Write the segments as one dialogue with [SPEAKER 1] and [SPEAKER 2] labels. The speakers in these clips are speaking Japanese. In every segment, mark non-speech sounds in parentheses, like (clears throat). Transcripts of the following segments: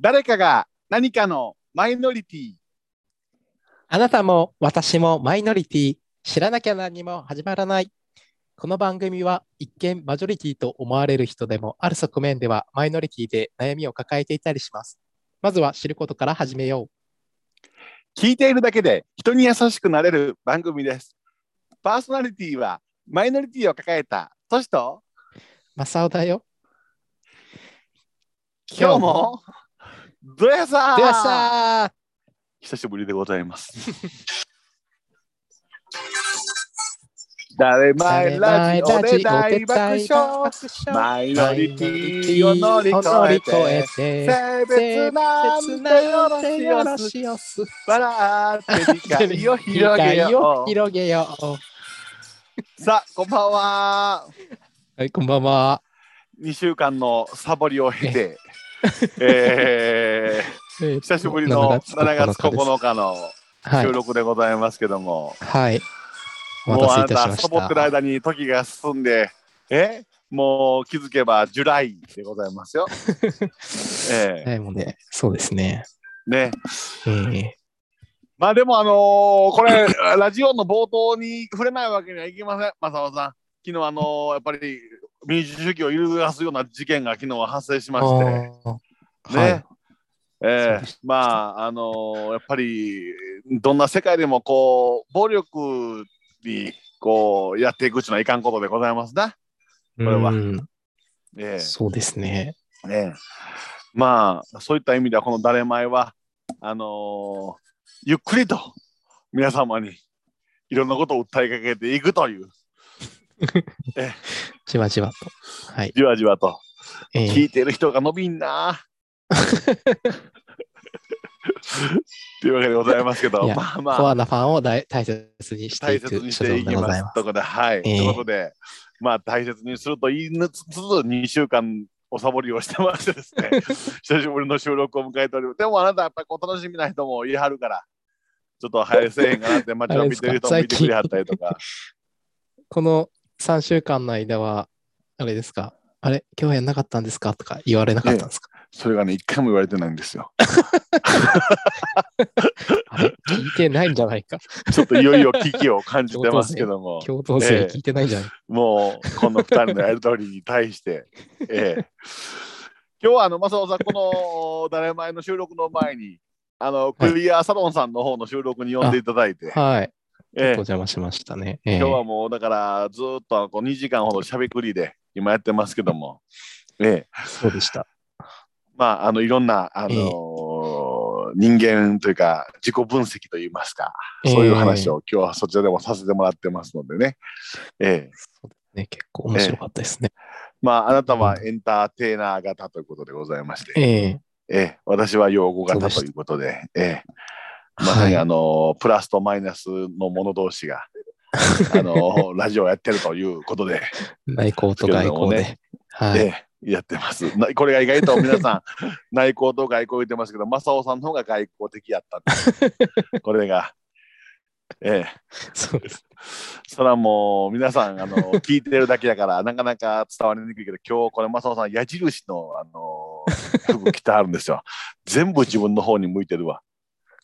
[SPEAKER 1] 誰かが何かのマイノリティ
[SPEAKER 2] あなたも私もマイノリティ、知らなきゃ何も始まらない。この番組は一見マジョリティと思われる人でもある側面ではマイノリティで悩みを抱えていたりします。まずは知ることから始めよう。
[SPEAKER 1] 聞いているだけで人に優しくなれる番組です。パーソナリティはマイノリティを抱えたトシと
[SPEAKER 2] マサオだよ。
[SPEAKER 1] 今日もドヤさ
[SPEAKER 2] ではさー
[SPEAKER 1] 久しぶりでございます。 (laughs) 誰マイラジオで大爆笑マイノリティを乗り越えて性別なんてよろしよし
[SPEAKER 2] (laughs)
[SPEAKER 1] 笑って理解を広げよう
[SPEAKER 2] 広げよ
[SPEAKER 1] (laughs)
[SPEAKER 2] う。
[SPEAKER 1] さあこんばんは
[SPEAKER 2] はい、こんばんは。
[SPEAKER 1] 2週間のサボりを経て、 (laughs) えー久しぶりの7月9日の
[SPEAKER 2] はい
[SPEAKER 1] 収、録でございますけども、
[SPEAKER 2] はい。お
[SPEAKER 1] もうあ
[SPEAKER 2] 待
[SPEAKER 1] な
[SPEAKER 2] たせいたしたまし
[SPEAKER 1] サボってる
[SPEAKER 2] た。
[SPEAKER 1] 間に時が進んでえもう気づけばジュライでござい
[SPEAKER 2] (laughs)
[SPEAKER 1] ますよ。ええ
[SPEAKER 2] はい、もうね、そうですね。
[SPEAKER 1] ね
[SPEAKER 2] ええ
[SPEAKER 1] まあでもあのーこれ (laughs) ラジオの冒頭に触れないわけにはいきません正雄さん。昨日あのーやっぱり民主主義を揺るがすような事件が昨日は発生しまして。
[SPEAKER 2] あー
[SPEAKER 1] ね、
[SPEAKER 2] はい
[SPEAKER 1] え
[SPEAKER 2] そうで
[SPEAKER 1] え
[SPEAKER 2] し
[SPEAKER 1] まああのーやっぱりどんな世界でもこう暴力にこうやっていくっていうのはいかんことでございますな。
[SPEAKER 2] こ
[SPEAKER 1] れは
[SPEAKER 2] うん
[SPEAKER 1] え
[SPEAKER 2] そうですね。
[SPEAKER 1] えねえまあそういった意味ではこの「誰前は」あのーゆっくりと皆様にいろんなことを訴えかけていくという
[SPEAKER 2] じわじわと。はい。
[SPEAKER 1] じわじわと
[SPEAKER 2] ええ
[SPEAKER 1] 聞いてる人が伸びん
[SPEAKER 2] (laughs)
[SPEAKER 1] な。というわけでございますけど
[SPEAKER 2] いや
[SPEAKER 1] まあまあ
[SPEAKER 2] コアなファンを大大切にして
[SPEAKER 1] 大
[SPEAKER 2] い
[SPEAKER 1] 切
[SPEAKER 2] く
[SPEAKER 1] にし
[SPEAKER 2] 所
[SPEAKER 1] てい
[SPEAKER 2] 存で
[SPEAKER 1] き
[SPEAKER 2] ご
[SPEAKER 1] ま
[SPEAKER 2] ざい
[SPEAKER 1] す
[SPEAKER 2] ま。
[SPEAKER 1] ということで、はい。と
[SPEAKER 2] ええ
[SPEAKER 1] いうことで、まあ、大切にすると言いつつ、2週間おサボりをしてましてです (laughs) ね、久しぶりの収録を迎えております。でも、あなた、やっぱりこう楽しみな人もいはるから、ちょっと早いせえへんかなって、街を見てる人も見てくれはったりとか、
[SPEAKER 2] す。 (laughs) この3週間の間は、あれですかあれ今日やんなかったんですかとか言われなかったんですか、
[SPEAKER 1] それがね、一回も言われてないんですよ。
[SPEAKER 2] あれ聞いてないんじゃな
[SPEAKER 1] (laughs)
[SPEAKER 2] いか
[SPEAKER 1] ちょっといよいよ危機を感じてますけども、
[SPEAKER 2] 共同性聞いてないんじゃないか、
[SPEAKER 1] もう、この2人のやりとりに対
[SPEAKER 2] (laughs)
[SPEAKER 1] して、ええ。今日はあの、正雄さん、この、誰前の収録の前に、あの、クリアサロンさんの方の収録に呼んでいただいて、
[SPEAKER 2] はい。ちょっ
[SPEAKER 1] え
[SPEAKER 2] とお
[SPEAKER 1] え、
[SPEAKER 2] 邪魔しましたね。ええ
[SPEAKER 1] 今日はもう、だから、ずーっとこう2時間ほどしゃべくりで、今やってますけども、ええ、
[SPEAKER 2] そうでした。
[SPEAKER 1] まあ、あの、いろんな、あのー
[SPEAKER 2] ええ
[SPEAKER 1] 人間というか、自己分析といいますか、そういう話を今日はそちらでもさせてもらってますのでね、ええ、
[SPEAKER 2] そうですね、結構面白かったですね。
[SPEAKER 1] まあ、あなたはエンターテイナー型ということでございまして、
[SPEAKER 2] ええ
[SPEAKER 1] ええ、私は用語
[SPEAKER 2] そう
[SPEAKER 1] 型
[SPEAKER 2] でした
[SPEAKER 1] ということで、ええ、まさ
[SPEAKER 2] は
[SPEAKER 1] に
[SPEAKER 2] い。
[SPEAKER 1] あの、プラスとマイナスの者同士
[SPEAKER 2] (laughs)
[SPEAKER 1] が、あの、ラジオをやってるということで、
[SPEAKER 2] 内向と外向で。
[SPEAKER 1] です
[SPEAKER 2] はい、
[SPEAKER 1] ええやってます。なこれが意外と皆
[SPEAKER 2] (laughs)
[SPEAKER 1] さん、内向と外向言ってますけど、正雄さんの方が外向的やった
[SPEAKER 2] (laughs)
[SPEAKER 1] って。これが。ええ、
[SPEAKER 2] そうです。
[SPEAKER 1] それはもう皆さんあの聞いてるだけだから (laughs) なかなか伝わりにくいけど今日これ正雄さん矢印のあの服着てあるんですよ (laughs) 全部自分の方に向いてるわ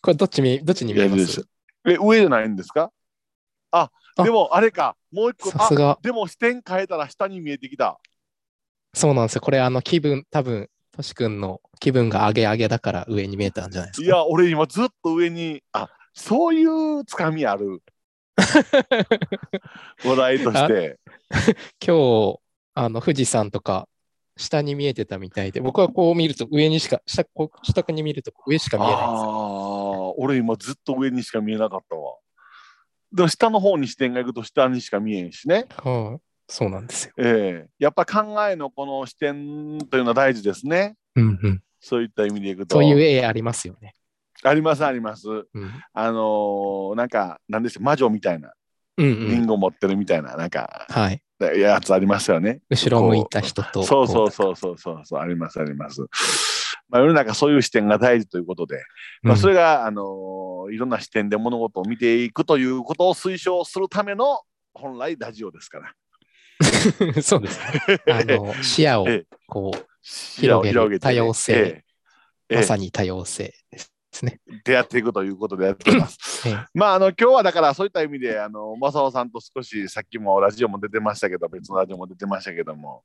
[SPEAKER 2] これどっちみどっちに見えま
[SPEAKER 1] 矢
[SPEAKER 2] す
[SPEAKER 1] 印え上じゃないんですかあ
[SPEAKER 2] あ
[SPEAKER 1] でもあれかもう一個
[SPEAKER 2] さ
[SPEAKER 1] あ
[SPEAKER 2] すが、
[SPEAKER 1] でも視点変えたら下に見えてきた
[SPEAKER 2] そうなんですよ。これ、あの、気分、多分とし君の気分が上げ上げだから上に見えたんじゃないです
[SPEAKER 1] い
[SPEAKER 2] か。
[SPEAKER 1] や俺今ずっと上にあそういうつかみあ
[SPEAKER 2] (laughs)
[SPEAKER 1] る話題として
[SPEAKER 2] 今日、あの、富士山とか、下に見えてたみたいで、僕はこう見ると上にしか、下、こう下に見ると上しか見えないんですよ。
[SPEAKER 1] ああ、俺今ずっと上にしか見えなかったわ。でも下の方に視点がいくと下にしか見えんしね。
[SPEAKER 2] はいそうなんですよ。
[SPEAKER 1] ええやっぱ考えのこの視点というのは大事ですね。
[SPEAKER 2] うんうん。
[SPEAKER 1] そういった意味でいくと。
[SPEAKER 2] そういう絵ありますよね。
[SPEAKER 1] ありますあります。
[SPEAKER 2] うん。
[SPEAKER 1] あのーなんか、なんでしょう、魔女みたいな、
[SPEAKER 2] うんう
[SPEAKER 1] リ
[SPEAKER 2] ん。
[SPEAKER 1] ンゴ持ってるみたいな、なんか、
[SPEAKER 2] はい。
[SPEAKER 1] やつありますよね。
[SPEAKER 2] 後ろ向いた人と。
[SPEAKER 1] そうそう
[SPEAKER 2] こ
[SPEAKER 1] そうそうそうそう、ありますあります。まあ、世の中そういう視点が大事ということで、
[SPEAKER 2] う。
[SPEAKER 1] まあ、
[SPEAKER 2] うん
[SPEAKER 1] それが、あのーいろんな視点で物事を見ていくということを推奨するための本来ラジオですから。
[SPEAKER 2] (laughs)
[SPEAKER 1] (laughs)
[SPEAKER 2] そうですね。あの視野を
[SPEAKER 1] ええ
[SPEAKER 2] こう
[SPEAKER 1] 視野を
[SPEAKER 2] 広げる多様性
[SPEAKER 1] ええええ
[SPEAKER 2] まさに多様性ですね。
[SPEAKER 1] 出会っていくということでやってます。 (laughs)
[SPEAKER 2] ええ
[SPEAKER 1] まあ、あの、今日はだからそういった意味で、あの、正雄さんと少し、さっきもラジオも出てましたけど、別のラジオも出てましたけども、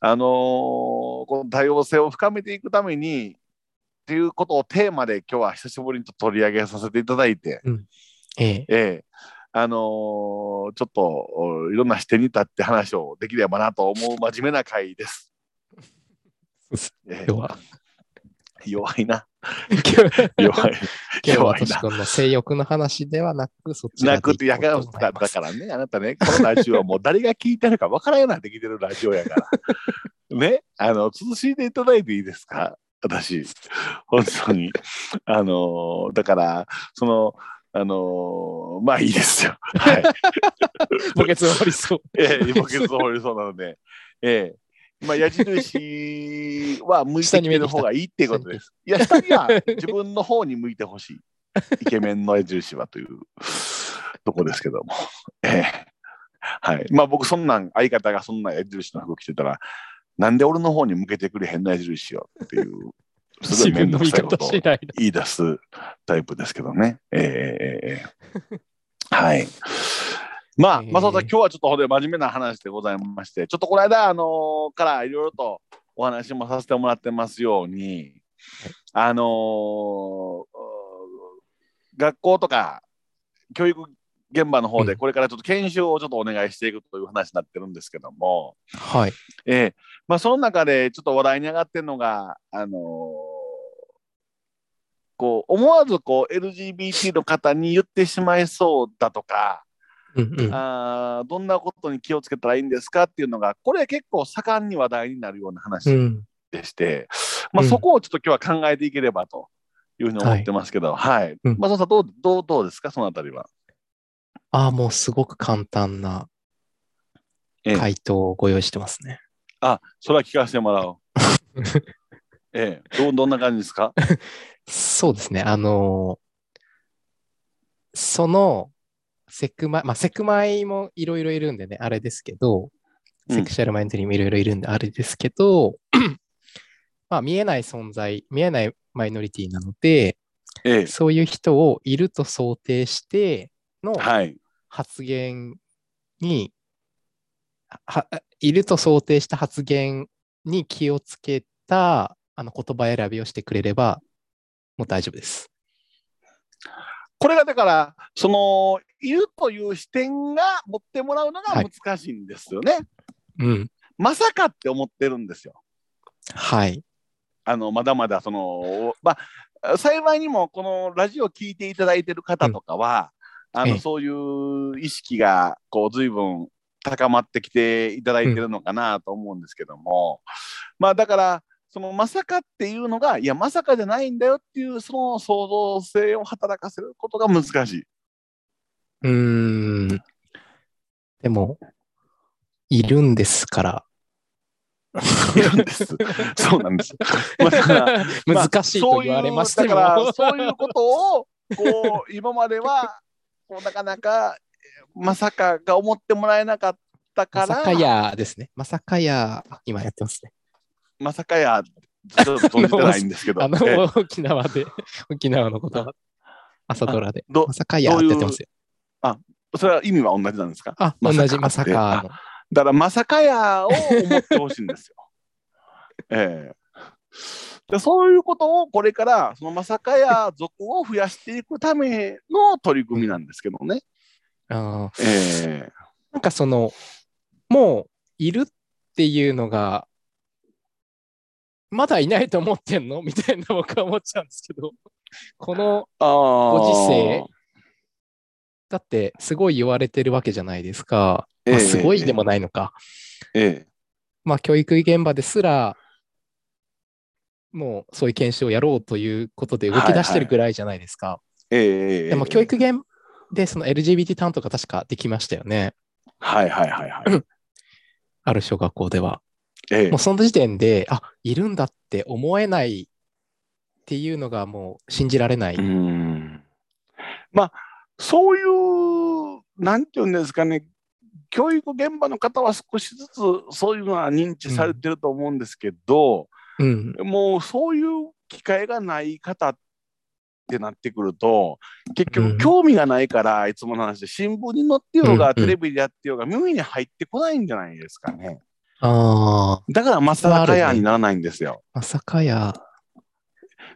[SPEAKER 1] あのーこの多様性を深めていくために、っていうことをテーマで今日は久しぶりにちょっと取り上げさせていただいて、
[SPEAKER 2] ええ
[SPEAKER 1] ええ、あのーちょっとおいろんな視点に立って話をできればなと思う真面目な回です。ええ
[SPEAKER 2] 今日は、 (laughs)
[SPEAKER 1] 弱いな。
[SPEAKER 2] 今日
[SPEAKER 1] (laughs) 弱い。
[SPEAKER 2] 今日は
[SPEAKER 1] 弱い
[SPEAKER 2] とし
[SPEAKER 1] な。
[SPEAKER 2] 君の性欲の話ではなく、そっちらで
[SPEAKER 1] なくてやか
[SPEAKER 2] い
[SPEAKER 1] ら
[SPEAKER 2] こうと思い
[SPEAKER 1] だ
[SPEAKER 2] ます
[SPEAKER 1] からね、あなたね、このラジオはもう誰が聞いてるかわからんようになってきてるラジオやから。 (laughs) ね、あの、慎んでいただいていいですか私、本当に。あのーだから、その、あのーまあいいですよ。はい。
[SPEAKER 2] 墓穴終わりそう。
[SPEAKER 1] え (laughs) え、今月掘りそうなので、ええ、まあ矢印は向いてきてる方がいいっていうことです。いや、下には自分の方に向いてほしい。イケメンの矢印はというとこですけども。ええ。はい。まあ僕、そんなん、相方がそんな矢印の服着てたら、なんで俺の方に向けてくれへんの矢印よっていう、すご
[SPEAKER 2] 自
[SPEAKER 1] い面
[SPEAKER 2] 分
[SPEAKER 1] 倒
[SPEAKER 2] の
[SPEAKER 1] く
[SPEAKER 2] 味
[SPEAKER 1] さいこと
[SPEAKER 2] 方
[SPEAKER 1] を
[SPEAKER 2] 次第だ。
[SPEAKER 1] 言い出すタイプですけどね。えええええ
[SPEAKER 2] (laughs)
[SPEAKER 1] えはい。まあ、
[SPEAKER 2] ええ
[SPEAKER 1] 松尾さん、今日はちょっとほんで真面目な話でございまして、ちょっとこの間、あのーからいろいろとお話もさせてもらってますように、あのーうー学校とか教育現場の方
[SPEAKER 2] う
[SPEAKER 1] で
[SPEAKER 2] ん
[SPEAKER 1] これからちょっと研修をちょっとお願いしていくという話になってるんですけども、
[SPEAKER 2] はい。
[SPEAKER 1] ええまあ、その中でちょっと話題に上がってるのが、あのーこう思わずこう LGBT の方に言ってしまいそうだとか、
[SPEAKER 2] うんうん。
[SPEAKER 1] あーどんなことに気をつけたらいいんですかっていうのがこれ結構盛んに話題になるような
[SPEAKER 2] う
[SPEAKER 1] 話
[SPEAKER 2] ん、
[SPEAKER 1] でして、まあ、
[SPEAKER 2] うん
[SPEAKER 1] そこをちょっと今日は考えていければというふうに思ってますけど、はい
[SPEAKER 2] うん
[SPEAKER 1] まあ、そうさんどうどうどうですかそのあたりは。
[SPEAKER 2] ああ、もうすごく簡単な
[SPEAKER 1] ええ
[SPEAKER 2] 回答をご用意してますね。
[SPEAKER 1] あそれは聞かせても
[SPEAKER 2] (laughs)
[SPEAKER 1] らおう。ええ、どうどんな感じですか
[SPEAKER 2] そうですね。あのーその、セクマイ、まあ、セクマイもいろいろいるんでね、あれですけど、
[SPEAKER 1] うん
[SPEAKER 2] セクシャルマイノリティもいろいろいるんで、あれですけど、 (clears throat) まあ、見えない存在、見えないマイノリティなので、
[SPEAKER 1] ええ、
[SPEAKER 2] そういう人をいると想定しての
[SPEAKER 1] はい。
[SPEAKER 2] 発言に、は、いると想定した発言に気をつけた、あの、言葉選びをしてくれれば、もう大丈夫です。
[SPEAKER 1] これがだから、その、いるという視点が持ってもらうのが
[SPEAKER 2] はい
[SPEAKER 1] 難しいんですよね。
[SPEAKER 2] うん。
[SPEAKER 1] まさかって思ってるんですよ。
[SPEAKER 2] はい。
[SPEAKER 1] あの、まだまだ、その、まあ、幸いにも、このラジオ聞いていただいてる方とかは、あ
[SPEAKER 2] え
[SPEAKER 1] の、
[SPEAKER 2] え
[SPEAKER 1] そういう意識が、こう、随分高まってきていただいてるのかなと思うんですけども、まあ、だから、そのまさかっていうのが、いや、まさかじゃないんだよっていう、その創造性を働かせることが難しい。
[SPEAKER 2] うーん。でも、いるんです (laughs) から。
[SPEAKER 1] (laughs) いるんです。そうなんです。まあだからまあ
[SPEAKER 2] 難しいと言われましても。
[SPEAKER 1] そういうだからそういうことをこう今まではこうなかなかまさかが思ってもらえなかったか
[SPEAKER 2] ま
[SPEAKER 1] ら
[SPEAKER 2] さかやーですね。まさかやー、今やってますね。
[SPEAKER 1] まさかやちょっと存じてないんです (laughs) けど
[SPEAKER 2] あの
[SPEAKER 1] え、
[SPEAKER 2] 沖縄で、沖縄の言葉。 (laughs) 朝ドラで。
[SPEAKER 1] ど
[SPEAKER 2] まさかやーってやってますよ。
[SPEAKER 1] それは意味は同じなんですか
[SPEAKER 2] あ、同
[SPEAKER 1] まさか
[SPEAKER 2] じまさかの。
[SPEAKER 1] だからまさかやを思ってほしいんですよ。ええでそういうことをこれからそのまさかや族を増やしていくための取り組みなんですけどね。
[SPEAKER 2] あー
[SPEAKER 1] ええ
[SPEAKER 2] なんかその、もう、いるっていうのが、まだいないと思ってんの (laughs) みたいな僕は思っちゃうんですけど、このご時世だってすごい言われてるわけじゃないですか。まあすごいでもないのか。
[SPEAKER 1] ええ
[SPEAKER 2] まあ教育現場ですら、もうそういう研修をやろうということで動き出してるぐらいじゃないですか。
[SPEAKER 1] ええええ
[SPEAKER 2] でも教育現でその LGBT 担当が確かできましたよね。
[SPEAKER 1] はいはいはいはい。
[SPEAKER 2] ある小学校では。
[SPEAKER 1] え (laughs) え
[SPEAKER 2] もうその時点で、あ、いるんだって思えないっていうのがもう信じられない。
[SPEAKER 1] うーんまあそういうなんていうんですかね教育現場の方は少しずつそういうのは認知されてると思うんですけど、
[SPEAKER 2] うん。
[SPEAKER 1] もうそういう機会がない方ってなってくると結
[SPEAKER 2] うん
[SPEAKER 1] 局興味がないから、いつもの話で新聞に載ってよう
[SPEAKER 2] うんう
[SPEAKER 1] が、
[SPEAKER 2] ん
[SPEAKER 1] テレビでやってようが耳に入ってこないんじゃないですかね
[SPEAKER 2] ああ、
[SPEAKER 1] だからまさか
[SPEAKER 2] あ
[SPEAKER 1] や
[SPEAKER 2] るね
[SPEAKER 1] にならないんですよ、
[SPEAKER 2] まさかや。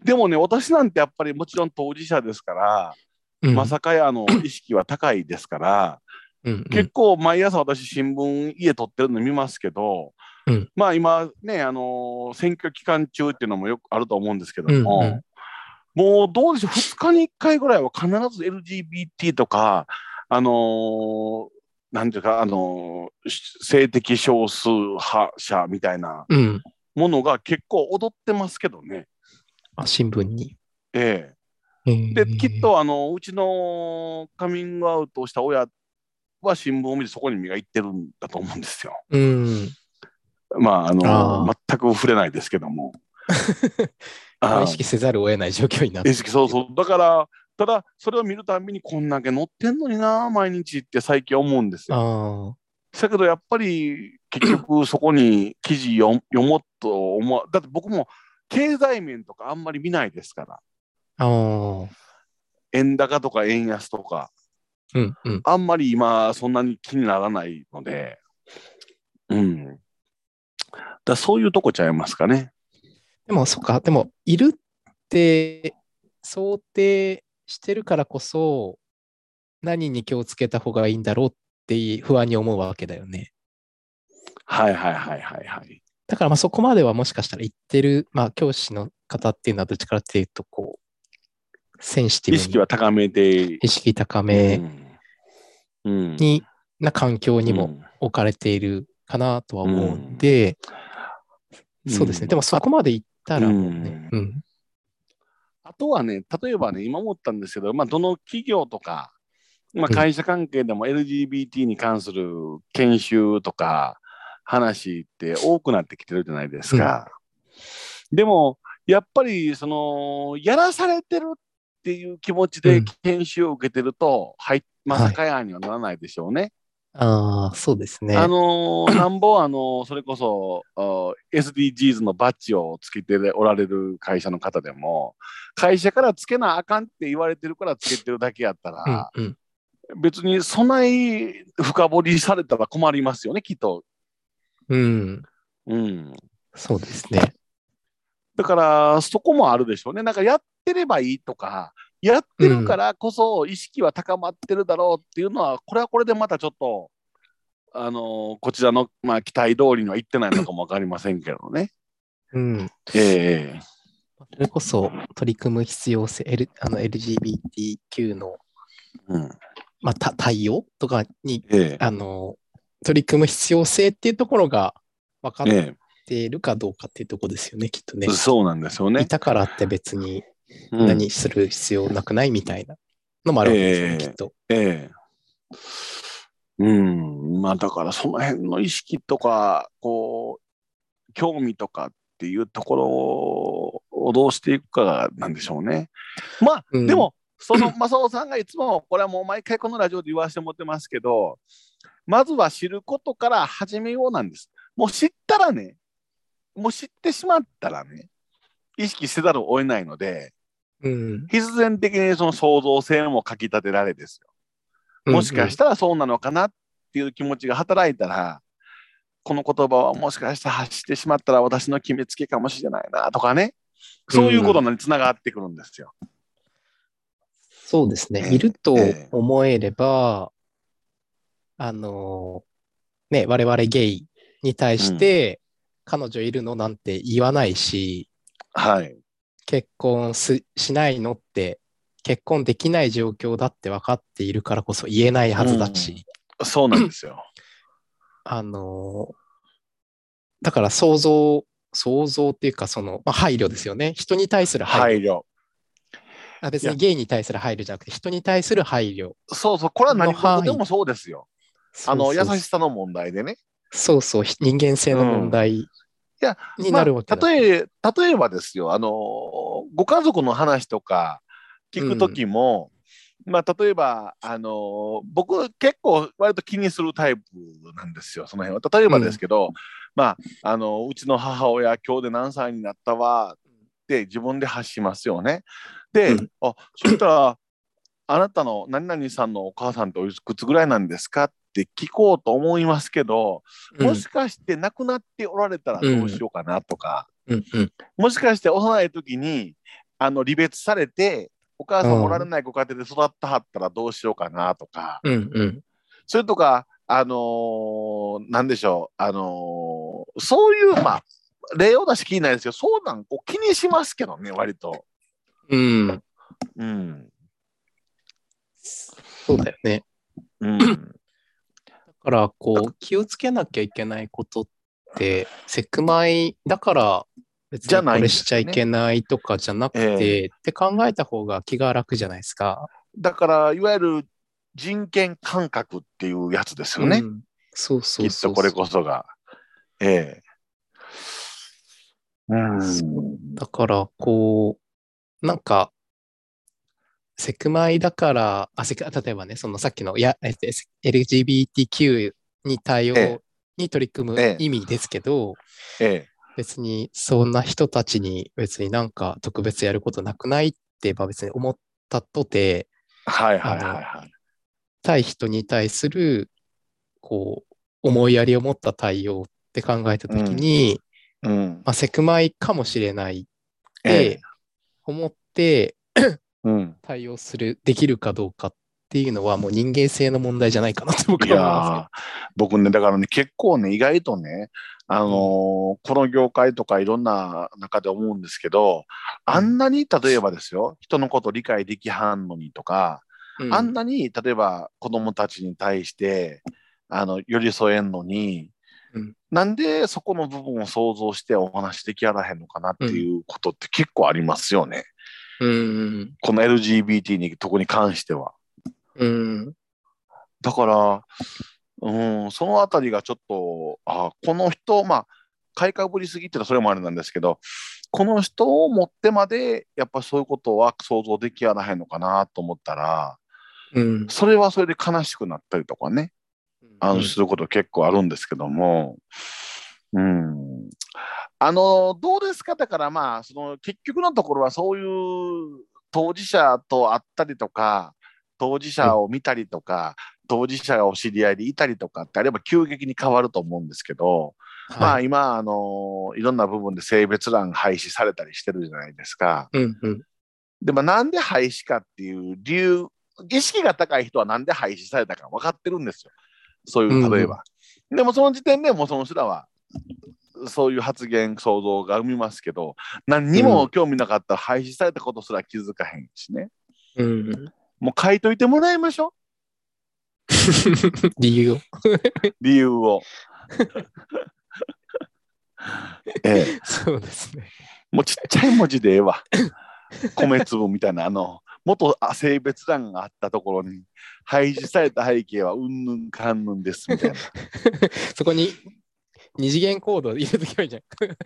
[SPEAKER 1] でもね私なんてやっぱりもちろん当事者ですから、
[SPEAKER 2] うん
[SPEAKER 1] まさかやの意識は高いですから、
[SPEAKER 2] うんうん
[SPEAKER 1] 結構毎朝私新聞家撮ってるの見ますけど、
[SPEAKER 2] うん
[SPEAKER 1] まあ今ね、あのー選挙期間中っていうのもよくあると思うんですけども、
[SPEAKER 2] うんうん
[SPEAKER 1] もうどうでしょう2日に1回ぐらいは必ず LGBT とかあのーなんていうか、あのーし性的少数派者みたいな
[SPEAKER 2] うん。
[SPEAKER 1] ものが結構踊ってますけどね。
[SPEAKER 2] あ、新聞に。
[SPEAKER 1] ええ、
[SPEAKER 2] で
[SPEAKER 1] できっ、とあのうちのカミングアウトをした親は新聞を見てそこに身がいってるんだと思うんですよ。
[SPEAKER 2] うん。
[SPEAKER 1] まあ、あの
[SPEAKER 2] あー
[SPEAKER 1] 全く触れないですけども。
[SPEAKER 2] (laughs)
[SPEAKER 1] あー
[SPEAKER 2] 意識せざるを得ない状況になって
[SPEAKER 1] 意識そうそう。だから、ただ、それを見るたびに、こんだけ乗ってんのにな、毎日って最近思うんですよ。
[SPEAKER 2] あ
[SPEAKER 1] だけど、やっぱり、結局、そこに記事読読もうと思う。だって僕も、経済面とかあんまり見ないですから。
[SPEAKER 2] あ、ああ、
[SPEAKER 1] 円高とか円安とか、
[SPEAKER 2] うんうん。
[SPEAKER 1] あんまり今、そんなに気にならないので、うん。だそういうとこちゃいますかね。
[SPEAKER 2] でも、そっか、でも、いるって想定してるからこそ、何に気をつけた方がいいんだろうって不安に思うわけだよね。
[SPEAKER 1] はいはいはいはいはい。
[SPEAKER 2] だから、まあそこまではもしかしたら言ってる、まあ教師の方っていうのはどっちかっていうと、こう、センシティ
[SPEAKER 1] 意
[SPEAKER 2] ブに
[SPEAKER 1] 識は高めて、
[SPEAKER 2] 意識高め
[SPEAKER 1] うんうん
[SPEAKER 2] に、な環境に
[SPEAKER 1] う
[SPEAKER 2] も
[SPEAKER 1] ん
[SPEAKER 2] 置かれているかなとは思うんで、そうですね。
[SPEAKER 1] うん
[SPEAKER 2] でもそこまで行ったらもうね、う。
[SPEAKER 1] うんあとはね、例えばね、今思ったんですけど、まあ、どの企業とか、まあ、
[SPEAKER 2] うん
[SPEAKER 1] 会社関係でも LGBT に関する研修とか話って多くなってきてるじゃないですか。でも、やっぱり、その、やらされてるっていう気持ち
[SPEAKER 2] う
[SPEAKER 1] で
[SPEAKER 2] ん
[SPEAKER 1] 研修を受けてると、はい、まさかやにはならないでしょうね。
[SPEAKER 2] ああ、そうですね。
[SPEAKER 1] あのーなんぼ、あのーそれこそあー SDGs のバッジをつけておられる会社の方でも会社からつけなあかんって言われてるからつけてるだけやったら、
[SPEAKER 2] うんうん、
[SPEAKER 1] 別にそない深掘りされたら困りますよねきっと、
[SPEAKER 2] うん、
[SPEAKER 1] うん。
[SPEAKER 2] そうですね。
[SPEAKER 1] だからそこもあるでしょうねなんかやってればいいとかやってるからこそ意識は高まってるだろうっていうのはこれはこれでまたちょっと。あのーこちらの、まあ、期待通りにはいってないのかもわかりませんけどね。
[SPEAKER 2] うん、
[SPEAKER 1] ええ
[SPEAKER 2] それこそ取り組む必要性、L、あの LGBTQ の、
[SPEAKER 1] うん
[SPEAKER 2] まあ、た対応とかに
[SPEAKER 1] ええ
[SPEAKER 2] あの取り組む必要性っていうところが分かっ
[SPEAKER 1] え
[SPEAKER 2] ているかどうかっていうところですよね、きっとね
[SPEAKER 1] え、。そうなんですよね
[SPEAKER 2] い。たからって別に
[SPEAKER 1] うん
[SPEAKER 2] 何する必要なくないみたいなのもあるわけですよね、
[SPEAKER 1] ええ
[SPEAKER 2] きっと。
[SPEAKER 1] ええうん、まあだからその辺の意識とか、こう、興味とかっていうところをどうしていくかなんでしょうね。まあ、
[SPEAKER 2] うん
[SPEAKER 1] でも、その正雄さんがいつも、これはもう毎回このラジオで言わせてもらってますけど、まずは知ることから始めようなんです。もう知ったらね、もう知ってしまったらね、意識せざるを得ないので、
[SPEAKER 2] うん、、
[SPEAKER 1] 必然的にその創造性もかき立てられですよ。もしかしてたらそうなのかなっていう気持ちが働いたら、この言葉はもしかして発してしまったら私の決めつけかもしれないなとかね。そういうことにつながってくるんですよ。
[SPEAKER 2] そうです
[SPEAKER 1] え
[SPEAKER 2] ね。
[SPEAKER 1] え
[SPEAKER 2] いると
[SPEAKER 1] ええ
[SPEAKER 2] 思えれば、あの、ね、我々ゲイに対して、彼女いるのなんて言わないし、
[SPEAKER 1] はい。
[SPEAKER 2] 結婚すしないのって、結婚できない状況だって分かっているからこそ言えないはずだし、
[SPEAKER 1] そうなんですよ。
[SPEAKER 2] あの、だから想像、想像っていうか、その、まあ、配慮ですよね。人に対する配慮。
[SPEAKER 1] 配慮。
[SPEAKER 2] あ別
[SPEAKER 1] い
[SPEAKER 2] に
[SPEAKER 1] や
[SPEAKER 2] ゲイに対する配慮じゃなくて、人に対する配慮。
[SPEAKER 1] そうそう。これは何
[SPEAKER 2] の範囲
[SPEAKER 1] 事でもそうですよ。あの、優しさの問題でね。
[SPEAKER 2] そうそう、ひ人間性の問題
[SPEAKER 1] や
[SPEAKER 2] になるわけ
[SPEAKER 1] まあ例え例えばですよあのご家族の話とか聞く時も、まあ、例えばあの僕結構割と気にするタイプなんですよその辺は。例えばですけど、まあ、あのうちの母親今日で何歳になったわって自分で発しますよね。で、
[SPEAKER 2] うん
[SPEAKER 1] あそしたらあなたの何々さんのお母さんとおいくつぐらいなんですかって聞こうと思いますけど、
[SPEAKER 2] うん
[SPEAKER 1] もしかして亡くなっておられたらどうしようかなとか、
[SPEAKER 2] うんうん
[SPEAKER 1] もしかして幼い時にあの離別されてお母さんもおられないご家庭で育ったはったらどうしようかなとか、
[SPEAKER 2] うんうん
[SPEAKER 1] それとか、あのーなんでしょう、あのーそういう、まあ、例を出し気にないですけど、そうなんこう気にしますけどね、割と。
[SPEAKER 2] うん
[SPEAKER 1] うん。
[SPEAKER 2] そうだよね。
[SPEAKER 1] うん。
[SPEAKER 2] だからこう気をつけなきゃいけないことってセクマイだから別
[SPEAKER 1] じゃ
[SPEAKER 2] に
[SPEAKER 1] ない
[SPEAKER 2] こ
[SPEAKER 1] んで
[SPEAKER 2] れ
[SPEAKER 1] す
[SPEAKER 2] しちゃいけないとかじゃなくて、って考えた方が気が楽じゃないですか。
[SPEAKER 1] だから、いわゆる人権感覚っていうやつですよね、
[SPEAKER 2] うんそうそう
[SPEAKER 1] きっ
[SPEAKER 2] そうそう
[SPEAKER 1] とこれこそが。ええうん。
[SPEAKER 2] だからこうなんかセクマイだからあセク例えばねそのさっきのやえっと LGBTQ に対応、
[SPEAKER 1] ええ
[SPEAKER 2] に取り組む
[SPEAKER 1] ええ
[SPEAKER 2] 意味ですけど、
[SPEAKER 1] ええ。
[SPEAKER 2] 別にそんな人たちに別になんか特別やることなくないってまあ別に思ったとて
[SPEAKER 1] はいはいはいはい。
[SPEAKER 2] 対人に対するこう思いやりを持った対応って考えた時に、
[SPEAKER 1] うん
[SPEAKER 2] ま。あ、セクマイかもしれないっ
[SPEAKER 1] え
[SPEAKER 2] て
[SPEAKER 1] え。
[SPEAKER 2] 思って
[SPEAKER 1] うん。
[SPEAKER 2] 対応するできるかどうかっていうのはもう人間性の問題じゃないかなって僕
[SPEAKER 1] い
[SPEAKER 2] は
[SPEAKER 1] や
[SPEAKER 2] 思いま
[SPEAKER 1] ー僕ねだからね結構ね意外とねあのーこの業界とかいろんな中で思うんですけどあんなに例えばですよ人のこと理解できはんのにとか、
[SPEAKER 2] すけど。
[SPEAKER 1] あんなに例えば子供たちに対してあの寄り添えんのに、
[SPEAKER 2] うん
[SPEAKER 1] なんでそこの部分を想像してお話できやらへんのかなっていうことって結構ありますよね、
[SPEAKER 2] うん
[SPEAKER 1] この LGBT に特に関しては。
[SPEAKER 2] うん
[SPEAKER 1] だから、うん、そのあたりがちょっと、あこの人、まあ、買いかぶりすぎっていうのはそれもあれなんですけど、この人を持ってまで、やっぱそういうことは想像できやらへんのかなと思ったら、
[SPEAKER 2] うん
[SPEAKER 1] それはそれで悲しくなったりとかね、あ
[SPEAKER 2] う
[SPEAKER 1] の
[SPEAKER 2] ん
[SPEAKER 1] すること結構あるんですけども、うん、あのどうですか、だからまあ、その結局のところはそういう当事者と会ったりとか、当事者を見たりとか、当事者がお知り合いでいたりとかってあれば急激に変わると思うんですけど、ま
[SPEAKER 2] は
[SPEAKER 1] あ
[SPEAKER 2] い
[SPEAKER 1] 今、あのいろんな部分で性別欄廃止されたりしてるじゃないですか。
[SPEAKER 2] うんうん
[SPEAKER 1] でもなんで廃止かっていう理由意識が高い人はなんで廃止されたか分かってるんですよそう
[SPEAKER 2] う
[SPEAKER 1] い
[SPEAKER 2] ん
[SPEAKER 1] う例えば、でもその時点でもうその人らはそういう発言想像が生みますけど何にも興味なかったら廃止されたことすら気づかへんしね
[SPEAKER 2] うん、
[SPEAKER 1] (laughs)
[SPEAKER 2] (laughs)
[SPEAKER 1] もう書いといてもらいましょ
[SPEAKER 2] 理由を。
[SPEAKER 1] う理由をええ
[SPEAKER 2] そうですね。
[SPEAKER 1] もうちっちゃい文字でええわ米粒みたいなあの元性別欄があったところに廃止された背景はうんぬんかんぬんですみたいな。
[SPEAKER 2] そこに二次元コードを入れとけばいいじゃん。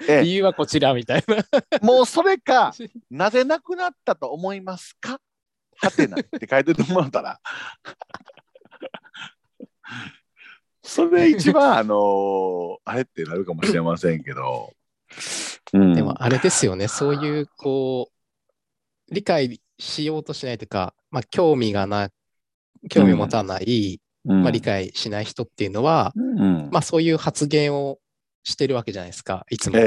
[SPEAKER 1] え
[SPEAKER 2] 理由はこちらみたいな。
[SPEAKER 1] え、もうそれ
[SPEAKER 2] (laughs)
[SPEAKER 1] かなぜなくなったと思いますかはてなって書いててもらったら。それ一番あのあれってなるかもしれませんけど。うん、
[SPEAKER 2] でもあれですよね、そういうこう、理解しようとしないというか、まあ、興味がない、興味を持たない、
[SPEAKER 1] うん、
[SPEAKER 2] まあ、理解しない人っていうのは、
[SPEAKER 1] うん
[SPEAKER 2] まあ、そういう発言をしてるわけじゃないですか、いつも。
[SPEAKER 1] ええ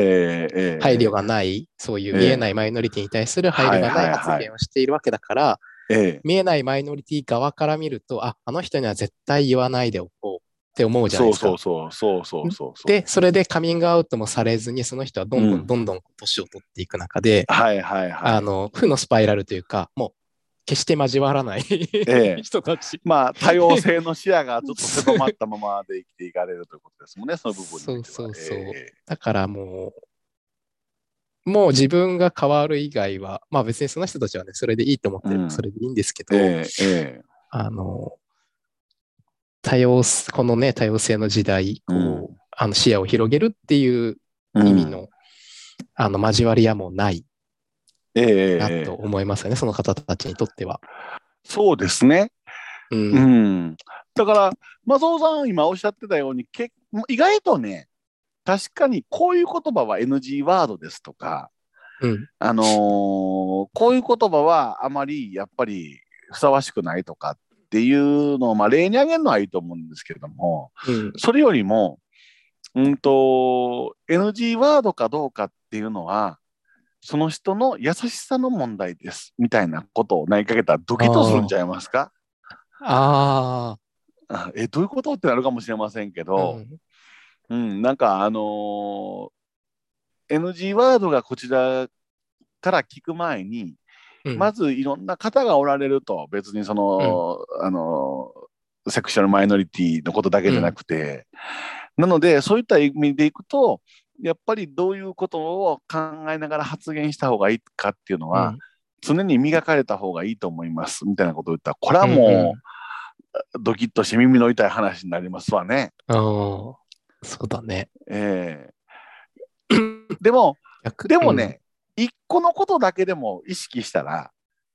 [SPEAKER 1] ええ
[SPEAKER 2] 配慮がない、そういう見えないマイノリティに対する配慮が
[SPEAKER 1] は
[SPEAKER 2] な
[SPEAKER 1] は
[SPEAKER 2] い
[SPEAKER 1] いいはい
[SPEAKER 2] 発言をしているわけだから、
[SPEAKER 1] ええ
[SPEAKER 2] 見えないマイノリティ側から見ると、あ、あの人には絶対言わないでおこうって思うじゃない
[SPEAKER 1] そう
[SPEAKER 2] ですか。
[SPEAKER 1] そうそうそうそうそうそう。
[SPEAKER 2] で、それでカミングアウトもされずに、その人はどんど
[SPEAKER 1] うんん
[SPEAKER 2] どんどん年を取っていく中で、
[SPEAKER 1] はいはいはい。
[SPEAKER 2] あの、負のスパイラルというか、もう決して交わらない
[SPEAKER 1] え
[SPEAKER 2] (laughs)
[SPEAKER 1] え
[SPEAKER 2] 人たち。
[SPEAKER 1] まあ多様性の視野がちょっと狭まったままで生きていかれるということですもんね、その部分においては
[SPEAKER 2] そうそうそう
[SPEAKER 1] え
[SPEAKER 2] だからもう、もう自分が変わる以外は、まあ別にその人たちはね、それでいいと思ってれ
[SPEAKER 1] う
[SPEAKER 2] ば
[SPEAKER 1] ん
[SPEAKER 2] それでいいんですけど、
[SPEAKER 1] ええええ
[SPEAKER 2] あの、多様す、このね、多様性の時代、こう、
[SPEAKER 1] うん
[SPEAKER 2] あの視野を広げるっていう
[SPEAKER 1] え
[SPEAKER 2] 意味の、あの、交わりはもうない
[SPEAKER 1] えええ
[SPEAKER 2] な
[SPEAKER 1] え
[SPEAKER 2] と思いますよね、その方たちにとっては。
[SPEAKER 1] そうですね、
[SPEAKER 2] う。
[SPEAKER 1] うんん、だから松尾さん今おっしゃってたようにけ意外とね確かにこういう言葉は NG ワードですとか、
[SPEAKER 2] うん。
[SPEAKER 1] あのーこういう言葉はあまりやっぱりふさわしくないとかっていうのを、まあ、例に挙げるのはいいと思うんですけども
[SPEAKER 2] うん。
[SPEAKER 1] それよりも、うん、と NG ワードかどうかっていうのはその人の優しさの問題ですみたいなことを投げかけたらドキッとするんちゃいますか
[SPEAKER 2] あ
[SPEAKER 1] あえどういうことってなるかもしれませんけ
[SPEAKER 2] あ。
[SPEAKER 1] ど。
[SPEAKER 2] ん。
[SPEAKER 1] うん、なんかあのー NG ワードがこちらから聞く前に、
[SPEAKER 2] うん
[SPEAKER 1] まずいろんな方がおられると別にその、あのーセクシュアルマイノリティのことだけじゃなくて、なのでそういった意味でいくとやっぱりどういうことを考えながら発言した方がいいかっていうのは、常に磨かれた方がいいと思いますみたいなことを言ったらこれはもう、ドキッとして耳の痛い話になりますわね。
[SPEAKER 2] うん。ああ。そうだね。
[SPEAKER 1] ええでも、
[SPEAKER 2] 逆
[SPEAKER 1] でも、ね、一個のことだけでも意識したら、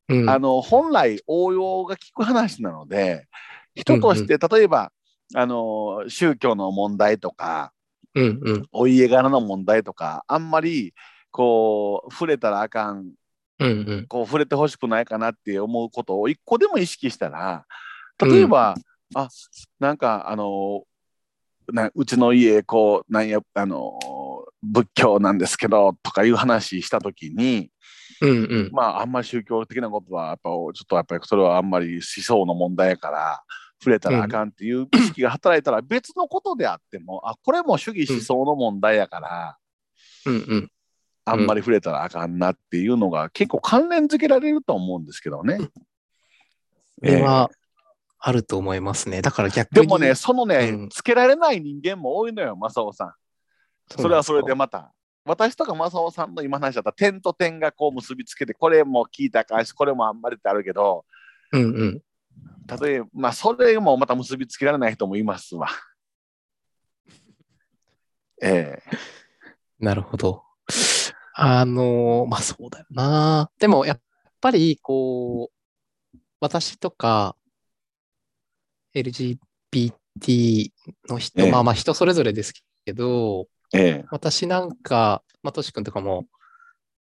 [SPEAKER 2] うんうん
[SPEAKER 1] あの本来応用が効く話なので、人として、例えば、あの宗教の問題とか、
[SPEAKER 2] うんうん
[SPEAKER 1] お家柄の問題とか、あんまりこう触れたらあかん、
[SPEAKER 2] うんうん
[SPEAKER 1] こう触れてほしくないかなって思うことを一個でも意識したら、例えば、あなんかあのなうちの家こうなんやあの仏教なんですけどとかいう話した時に
[SPEAKER 2] うんうん
[SPEAKER 1] まああんまり宗教的なことはやっぱちょっとやっぱりそれはあんまり思想の問題やから触れたらあかんっていう意識が働いたら別のことであってもあこれも主義思想の問題やから
[SPEAKER 2] うんうん
[SPEAKER 1] あんまり触れたらあかんなっていうのが結構関連づけられると思うんですけどね。
[SPEAKER 2] それはあると思いますね。だから逆に。
[SPEAKER 1] でもね、そのね、
[SPEAKER 2] うん
[SPEAKER 1] つけられない人間も多いのよ、正雄さん。それはそれでまた。私とか正雄さんの今話だったら点と点がこう結びつけてこれも聞いたらあかんしこれもあんまりってあるけど
[SPEAKER 2] うんうん。
[SPEAKER 1] 例えば、まあ、それもまた結びつけられない人もいます
[SPEAKER 2] (laughs)
[SPEAKER 1] わ。ええ
[SPEAKER 2] なるほど。あのーまあそうだよな。でもやっぱり、こう、私とか、LGBT の人、
[SPEAKER 1] ええ
[SPEAKER 2] まあまあ人それぞれですけど、
[SPEAKER 1] ええ
[SPEAKER 2] 私なんか、まあ、とし君とかも、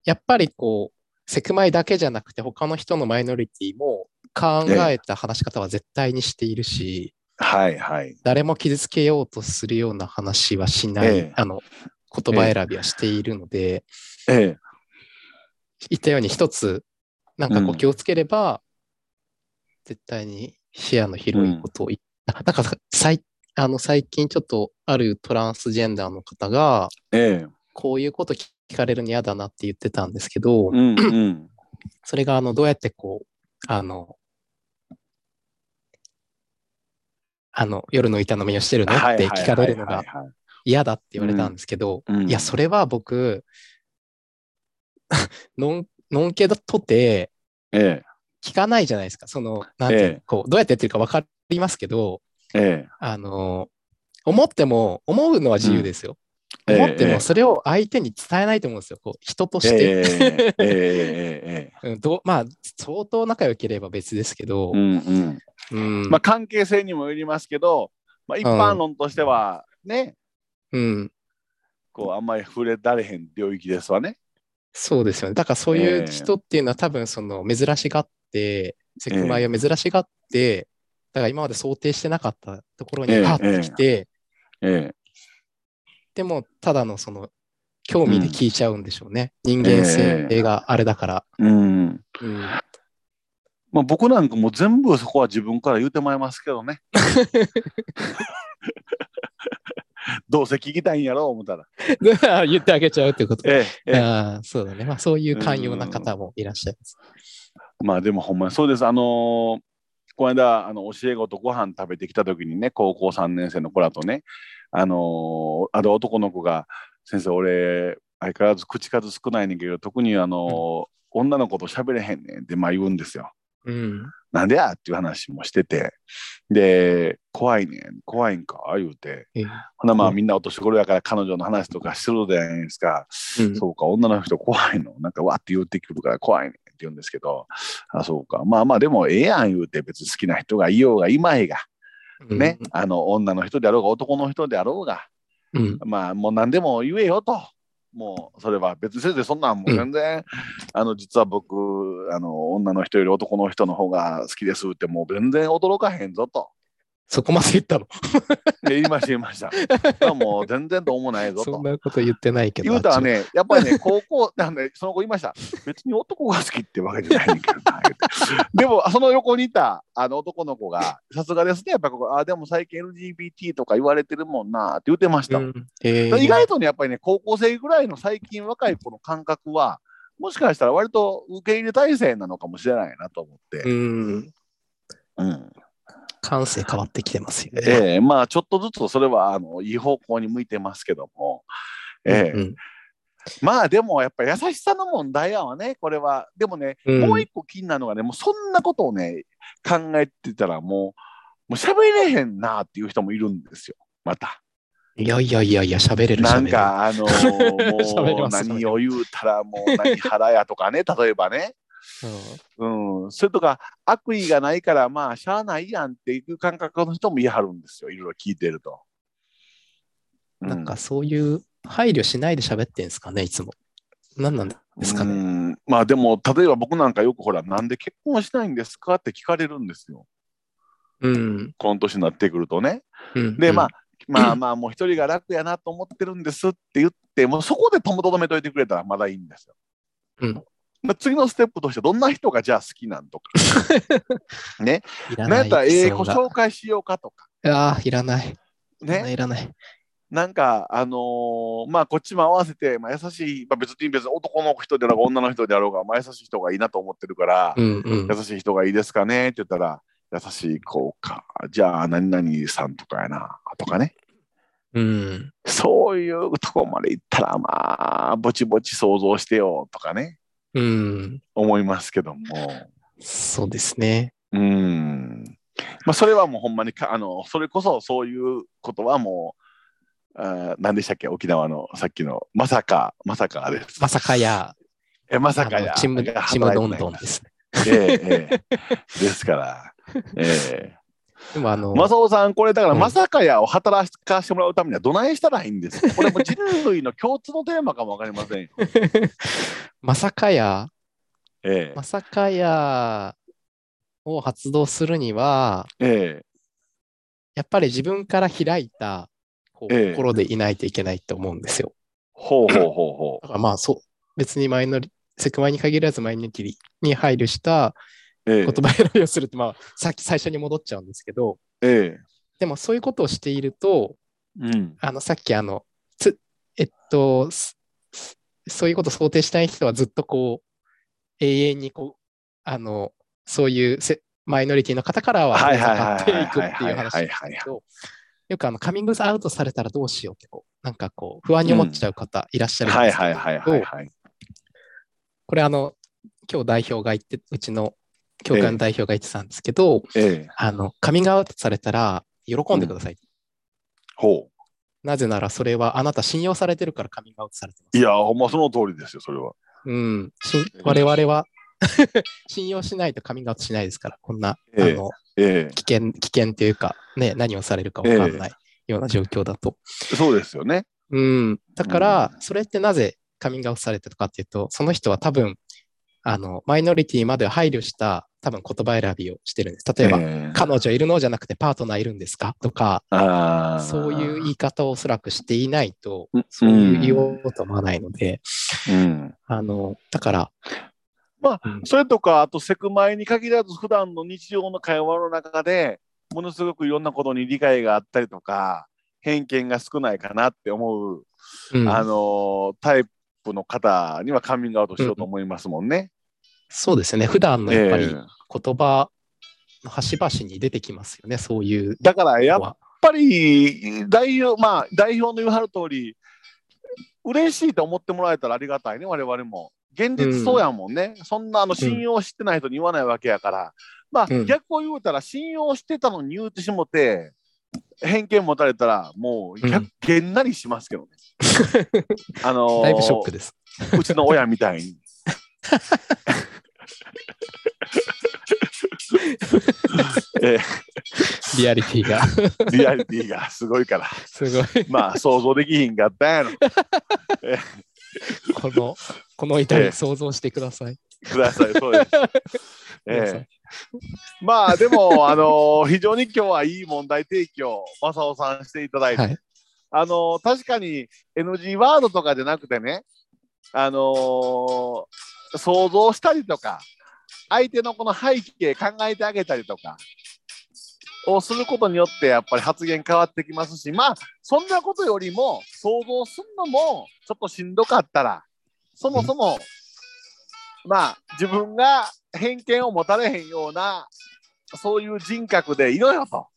[SPEAKER 2] やっぱりこう、セクマイだけじゃなくて、他の人のマイノリティも考えた話し方は絶対にしているし、
[SPEAKER 1] はいはい。
[SPEAKER 2] 誰も傷つけようとするような話はしない、
[SPEAKER 1] ええ
[SPEAKER 2] あの言葉選びはしているので、
[SPEAKER 1] ええ
[SPEAKER 2] 言ったように一つなんか
[SPEAKER 1] う
[SPEAKER 2] こうん気をつければ、絶対に視野の広いことを言った、なんかさいあの最近ちょっとあるトランスジェンダーの方が
[SPEAKER 1] ええ
[SPEAKER 2] こういうこと聞かれるの嫌だなって言ってたんですけど、
[SPEAKER 1] うんうん。
[SPEAKER 2] (coughs) それがあのどうやってこうあのあの夜の板の目をしてるのって聞かれるのが
[SPEAKER 1] はいはいはいはい
[SPEAKER 2] 嫌だって言われたんですけど、
[SPEAKER 1] うんうん
[SPEAKER 2] いや、それは僕、 (laughs) のん、のんけだとて、
[SPEAKER 1] え
[SPEAKER 2] 聞かないじゃないですか。その、なんていうの
[SPEAKER 1] ええ
[SPEAKER 2] こう、どうやってやってるか分かりますけど、
[SPEAKER 1] ええ
[SPEAKER 2] あの、思っても、思うのは自由ですよ。
[SPEAKER 1] ええ
[SPEAKER 2] 思っても、それを相手に伝えないと思うんですよ。こう、人
[SPEAKER 1] え
[SPEAKER 2] とし
[SPEAKER 1] え
[SPEAKER 2] て。
[SPEAKER 1] えええええええ
[SPEAKER 2] (laughs)
[SPEAKER 1] え
[SPEAKER 2] うんどうまあ、相当仲良ければ別ですけど
[SPEAKER 1] う、んうん。
[SPEAKER 2] うん、
[SPEAKER 1] まあ、関係性にもよりますけど、まあ、一般論としてはね、
[SPEAKER 2] うん、
[SPEAKER 1] こうあんまり触れられへん領域ですわね。
[SPEAKER 2] そうですよね。だからそうい
[SPEAKER 1] ええ
[SPEAKER 2] う人っていうのは多分その珍しがって、セクマイを珍しがって、だから今まで想定してなかったところに
[SPEAKER 1] ええ
[SPEAKER 2] パッと来て、
[SPEAKER 1] え
[SPEAKER 2] でもただのその興味で聞いちゃうんでしょうね。人間性があれだから。
[SPEAKER 1] えうん (laughs)
[SPEAKER 2] うん、 (laughs)
[SPEAKER 1] まあ、僕なんかもう全部そこは自分から言うてまいますけど (laughs) ね。どうせ聞きたいんやろう思ったら。
[SPEAKER 2] 言ってあげちゃうってこと。
[SPEAKER 1] ええええ
[SPEAKER 2] ああそうだね。まあそういう寛容な方もいらっしゃいます。
[SPEAKER 1] まあでもほんまにそうです。あのーこの間あの教え子とご飯食べてきた時にね高校3年生の子らとね、あのーある男の子が「先生俺相変わらず口数少ないねんけど特に、あのー女の子と喋れへんねん」ってまあ言うんですよ。
[SPEAKER 2] うん。
[SPEAKER 1] なんでやっていう話もしててで「怖いねん怖いんか」言うて
[SPEAKER 2] ええ
[SPEAKER 1] ほなまあ
[SPEAKER 2] うん
[SPEAKER 1] みんなお年頃やから彼女の話とかするじゃないですか。
[SPEAKER 2] うん
[SPEAKER 1] そうか、女の人怖いの。なんかわって言ってくるから怖いねんって言うんですけど、あ、そうか。まあまあ、でもええやん言うて、別に好きな人がいようがいまいが、ね、あの、女の人であろうが男の人であろうが、
[SPEAKER 2] うん。
[SPEAKER 1] まあ、もう何でも言えよと。もうそれは別に先生そんなんもう全然、あの実は僕あの女の人より男の人の方が好きですってもう全然驚かへんぞと
[SPEAKER 2] そこまで言ったの
[SPEAKER 1] で言いました言いま
[SPEAKER 2] (laughs)
[SPEAKER 1] しただからもう全然どうもないぞ
[SPEAKER 2] そん
[SPEAKER 1] と。
[SPEAKER 2] なこと言ってないけど。
[SPEAKER 1] 言うたらね、やっぱりね、 (laughs) 高校、なんで、その子言いました。別に男が好きってわけじゃないねんけどな。言うて (laughs) でも、その横にいたあの男の子が、さすがですね、やっぱここ、あでも最近 LGBT とか言われてるもんなって言ってました。
[SPEAKER 2] あっちは。うんえー
[SPEAKER 1] 意外とね、やっぱりね、高校生ぐらいの最近若い子の感覚は、もしかしたら割と受け入れ体制なのかもしれないなと思って。
[SPEAKER 2] うん。
[SPEAKER 1] うん
[SPEAKER 2] 感性変わってきてますよね。
[SPEAKER 1] ええまあ、ちょっとずつそれはあのいい方向に向いてますけども。ええ
[SPEAKER 2] うん
[SPEAKER 1] まあでもやっぱ優しさの問題やわね、これは。でもね、
[SPEAKER 2] うん
[SPEAKER 1] もう一個気になるのがね、もうそんなことをね、考えてたらもう、もう喋れへんなっていう人もいるんですよ、また。
[SPEAKER 2] いやいやいやいや、喋れる
[SPEAKER 1] なん
[SPEAKER 2] 喋れる
[SPEAKER 1] か、あの
[SPEAKER 2] (laughs) 喋り
[SPEAKER 1] もう
[SPEAKER 2] ます
[SPEAKER 1] 何を言うたらもう何腹やとかね、 (laughs) 例えばね。うん、それとか悪意がないからまあしゃあないやんっていう感覚の人も言いはるんですよいろいろ聞いてると。
[SPEAKER 2] うんなんかそういう配慮しないで喋ってんすかね、いつも。何なんですか
[SPEAKER 1] う
[SPEAKER 2] ね。
[SPEAKER 1] んまあでも例えば僕なんかよくほらなんで結婚しないんですかって聞かれるんですよ
[SPEAKER 2] うん。
[SPEAKER 1] この年になってくるとね。
[SPEAKER 2] うん
[SPEAKER 1] で、まあ、
[SPEAKER 2] (clears throat)
[SPEAKER 1] まあまあもう一人が楽やなと思ってるんですって言ってもうそこでともとどめといてくれたらまだいいんですよ。
[SPEAKER 2] うん
[SPEAKER 1] まあ次のステップとしてどんな人がじゃあ好きなん
[SPEAKER 2] (laughs)
[SPEAKER 1] とか
[SPEAKER 2] い
[SPEAKER 1] なん
[SPEAKER 2] らな
[SPEAKER 1] や
[SPEAKER 2] い
[SPEAKER 1] ったらええ
[SPEAKER 2] エピ
[SPEAKER 1] ご
[SPEAKER 2] ソード
[SPEAKER 1] 紹介しようかとか
[SPEAKER 2] がああ、いらない。いら
[SPEAKER 1] ね
[SPEAKER 2] ないいらない。
[SPEAKER 1] なんか、あのーまあ、こっちも合わせて、まあ、優しい、まあ、別に別に男の人であろうが女の人であろうが、まあ、優しい人がいいなと思ってるから、
[SPEAKER 2] うんうん。
[SPEAKER 1] 優しい人がいいですかねって言ったら、優しい子か、じゃあ、何々さんとかやな、とかね。
[SPEAKER 2] うん。
[SPEAKER 1] そういうとこまで行ったら、まあ、ぼちぼち想像してよ、とかね、
[SPEAKER 2] うん。
[SPEAKER 1] 思いますけども。
[SPEAKER 2] そうですね。
[SPEAKER 1] うん。まあ、それはもうほんまにか、あの、それこそそういうことはもう、あー何でしたっけ沖縄のさっきのまさかまさかです
[SPEAKER 2] (laughs) まさかや、
[SPEAKER 1] えまさか
[SPEAKER 2] あ
[SPEAKER 1] や
[SPEAKER 2] のちむ、ちむどんどんですね。
[SPEAKER 1] ええええですから、
[SPEAKER 2] (laughs)
[SPEAKER 1] え
[SPEAKER 2] でもあの
[SPEAKER 1] え、、マサオさん、これだから、
[SPEAKER 2] うん
[SPEAKER 1] まさかやを働かしてもらうためには、どないしたらいいんですかこれも人類の共通のテーマかもわかりませんよ。
[SPEAKER 2] まさかや、
[SPEAKER 1] ええ
[SPEAKER 2] まさかやを発動するには、
[SPEAKER 1] え
[SPEAKER 2] やっぱり自分から開いたこう
[SPEAKER 1] ええ
[SPEAKER 2] 心でいないといけないと思うんですよ。
[SPEAKER 1] ほうほうほうほ
[SPEAKER 2] だからまあそう、別にマイノリ、セクマイに限らずマイノリティに配慮した
[SPEAKER 1] う。ええ
[SPEAKER 2] 言葉選びをするって、まあさっき最初に戻っちゃうんですけど、
[SPEAKER 1] ええ
[SPEAKER 2] でもそういうことをしていると、
[SPEAKER 1] うん
[SPEAKER 2] あのさっきあの、つえっと、すすそういうことを想定しない人はずっとこう、永遠にこう、あの、そういうせマイノリティの方からは
[SPEAKER 1] はい
[SPEAKER 2] 遠
[SPEAKER 1] はい
[SPEAKER 2] ざかっていく
[SPEAKER 1] は
[SPEAKER 2] っ
[SPEAKER 1] い
[SPEAKER 2] ていう
[SPEAKER 1] は
[SPEAKER 2] 話なん
[SPEAKER 1] い
[SPEAKER 2] です
[SPEAKER 1] はい
[SPEAKER 2] けど、よくあのカミングアウトされたらどうしようってこう、なんかこう、不安に思っちゃう方いらっしゃるん
[SPEAKER 1] はい
[SPEAKER 2] ですけど、
[SPEAKER 1] はいはいはいはい。
[SPEAKER 2] これあの、今日代表が言って、うちの教会の代表が言ってたんですけど、
[SPEAKER 1] ええ
[SPEAKER 2] あの、カミングアウトされたら喜んでください。
[SPEAKER 1] ほ
[SPEAKER 2] なぜならそれはあなた信用されてるからカミングアウトされてます
[SPEAKER 1] う。いや、ほんまその通りですよ、それは。
[SPEAKER 2] うん、し我々は (laughs) 信用しないとカミングアウトしないですから、こんな、
[SPEAKER 1] ええ
[SPEAKER 2] あの
[SPEAKER 1] え
[SPEAKER 2] 危険危険というか、ね、何をされるか分かんないような状況だと。
[SPEAKER 1] えそうですよね。
[SPEAKER 2] うん、だから、それってなぜカミングアウトされたとかっていうと、その人は多分あのマイノリティまで配慮した多分言葉選びをしてるんです。例えば、
[SPEAKER 1] え
[SPEAKER 2] 彼女いるのじゃなくてパートナーいるんですかとか、
[SPEAKER 1] えああ。
[SPEAKER 2] そういう言い方をおそらくしていないと、
[SPEAKER 1] うん
[SPEAKER 2] そういう言おうと思わないので、
[SPEAKER 1] うん
[SPEAKER 2] あのだから、
[SPEAKER 1] ま
[SPEAKER 2] うん
[SPEAKER 1] それとか、あとセクマイに限らず、普段の日常の会話の中で、ものすごくいろんなことに理解があったりとか、偏見が少ないかなって思う、
[SPEAKER 2] うん
[SPEAKER 1] あのータイプの方にはカミングアウトしようと思いますもんね。
[SPEAKER 2] そうですね、普段のやっぱり
[SPEAKER 1] ええ
[SPEAKER 2] 言葉の端々に出てきますよね、そういう
[SPEAKER 1] だから、や
[SPEAKER 2] の
[SPEAKER 1] っ
[SPEAKER 2] は。
[SPEAKER 1] ぱり代表、まあ、代表の言わはる通り、嬉しいと思ってもらえたらありがたいね、我々も。現実そうやもんね。そんなあの信用してない人に言わないわけやから。まあ、
[SPEAKER 2] うん
[SPEAKER 1] 逆を言うたら、信用してたのに言うてしもて、偏見持たれたら、もう、
[SPEAKER 2] うん
[SPEAKER 1] げんなりしますけ
[SPEAKER 2] (laughs)
[SPEAKER 1] どね。あのー
[SPEAKER 2] だいぶショックです。
[SPEAKER 1] うちの親みたいに。え
[SPEAKER 2] リアリテ
[SPEAKER 1] (laughs)
[SPEAKER 2] ィが。
[SPEAKER 1] ーリアリティがすごいから。
[SPEAKER 2] すごい。
[SPEAKER 1] まあ想像できひんかったんやろ。え
[SPEAKER 2] この、この痛み想像してください。
[SPEAKER 1] ください。そう
[SPEAKER 2] (laughs)
[SPEAKER 1] です。え
[SPEAKER 2] 皆さん
[SPEAKER 1] えまあでも、あの非常に今日はいい問題提供、マサオさんしていただいて、
[SPEAKER 2] はい
[SPEAKER 1] あの確かに NG ワードとかじゃなくてね、あの想像したりとか、相手のこの背景考えてあげたりとか。をすることによってやっぱり発言変わってきますしまあそんなことよりも想像するのもちょっとしんどかったらそもそも、まあ自分が偏見を持たれへんようなそういう人格でいろよと。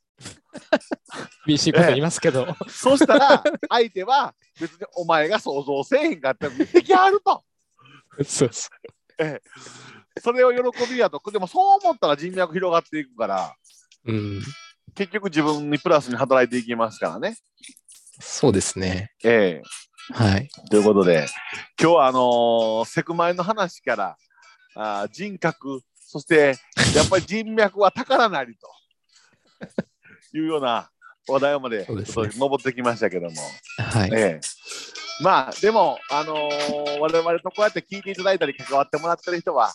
[SPEAKER 2] 厳しいこと言いますけど、
[SPEAKER 1] そうしたら相手は別にお前が想像せえへんかって見てきはると。
[SPEAKER 2] そうそ
[SPEAKER 1] それを喜びやと。でもそう思ったら人脈広がっていくから、
[SPEAKER 2] う。うん、
[SPEAKER 1] 結局自分にプラスに働いていきますからね。
[SPEAKER 2] そうですね。
[SPEAKER 1] ええ
[SPEAKER 2] はい。
[SPEAKER 1] ということで、今日はあのーセクマイの話からあー人格、そしてやっぱり人脈は宝なりというような話題までち
[SPEAKER 2] そ
[SPEAKER 1] ょっ
[SPEAKER 2] うですね
[SPEAKER 1] と登ってきましたけども、
[SPEAKER 2] はい。
[SPEAKER 1] ええまあでも、あのー我々とこうやって聞いていただいたり関わってもらってる人は、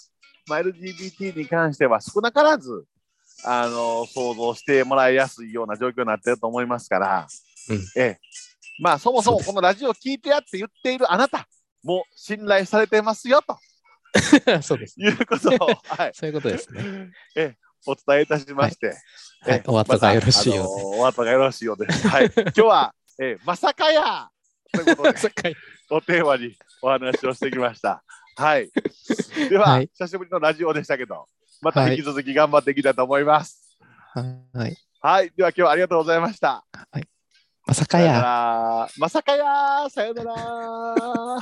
[SPEAKER 1] まあ、LGBT に関しては少なからず、あのー想像してもらいやすいような状況になってると思いますから、
[SPEAKER 2] うん
[SPEAKER 1] ええまあそもそも
[SPEAKER 2] そうです
[SPEAKER 1] このラジオを聞いてやって言っているあなたも信頼されてますよと
[SPEAKER 2] (laughs) そうです。
[SPEAKER 1] いうことを、はい、
[SPEAKER 2] そういうことです
[SPEAKER 1] (laughs)
[SPEAKER 2] ね。
[SPEAKER 1] お伝えいたしまして、
[SPEAKER 2] は
[SPEAKER 1] え
[SPEAKER 2] い。お後がよろしいよ
[SPEAKER 1] またあ
[SPEAKER 2] う
[SPEAKER 1] のーお後がよろしいようで、はい、今日は、ええまさかやということ
[SPEAKER 2] で。
[SPEAKER 1] で
[SPEAKER 2] 世界
[SPEAKER 1] をテーマにお話をしてきました。はい。では、
[SPEAKER 2] はい
[SPEAKER 1] 久しぶりのラジオでしたけど、また
[SPEAKER 2] はい
[SPEAKER 1] 引き続き頑張っていきたいと思います。
[SPEAKER 2] はい。
[SPEAKER 1] はい。では今日はありがとうございました。
[SPEAKER 2] まさ
[SPEAKER 1] さ
[SPEAKER 2] か
[SPEAKER 1] よな
[SPEAKER 2] や。
[SPEAKER 1] ら。まさかやーさよなら。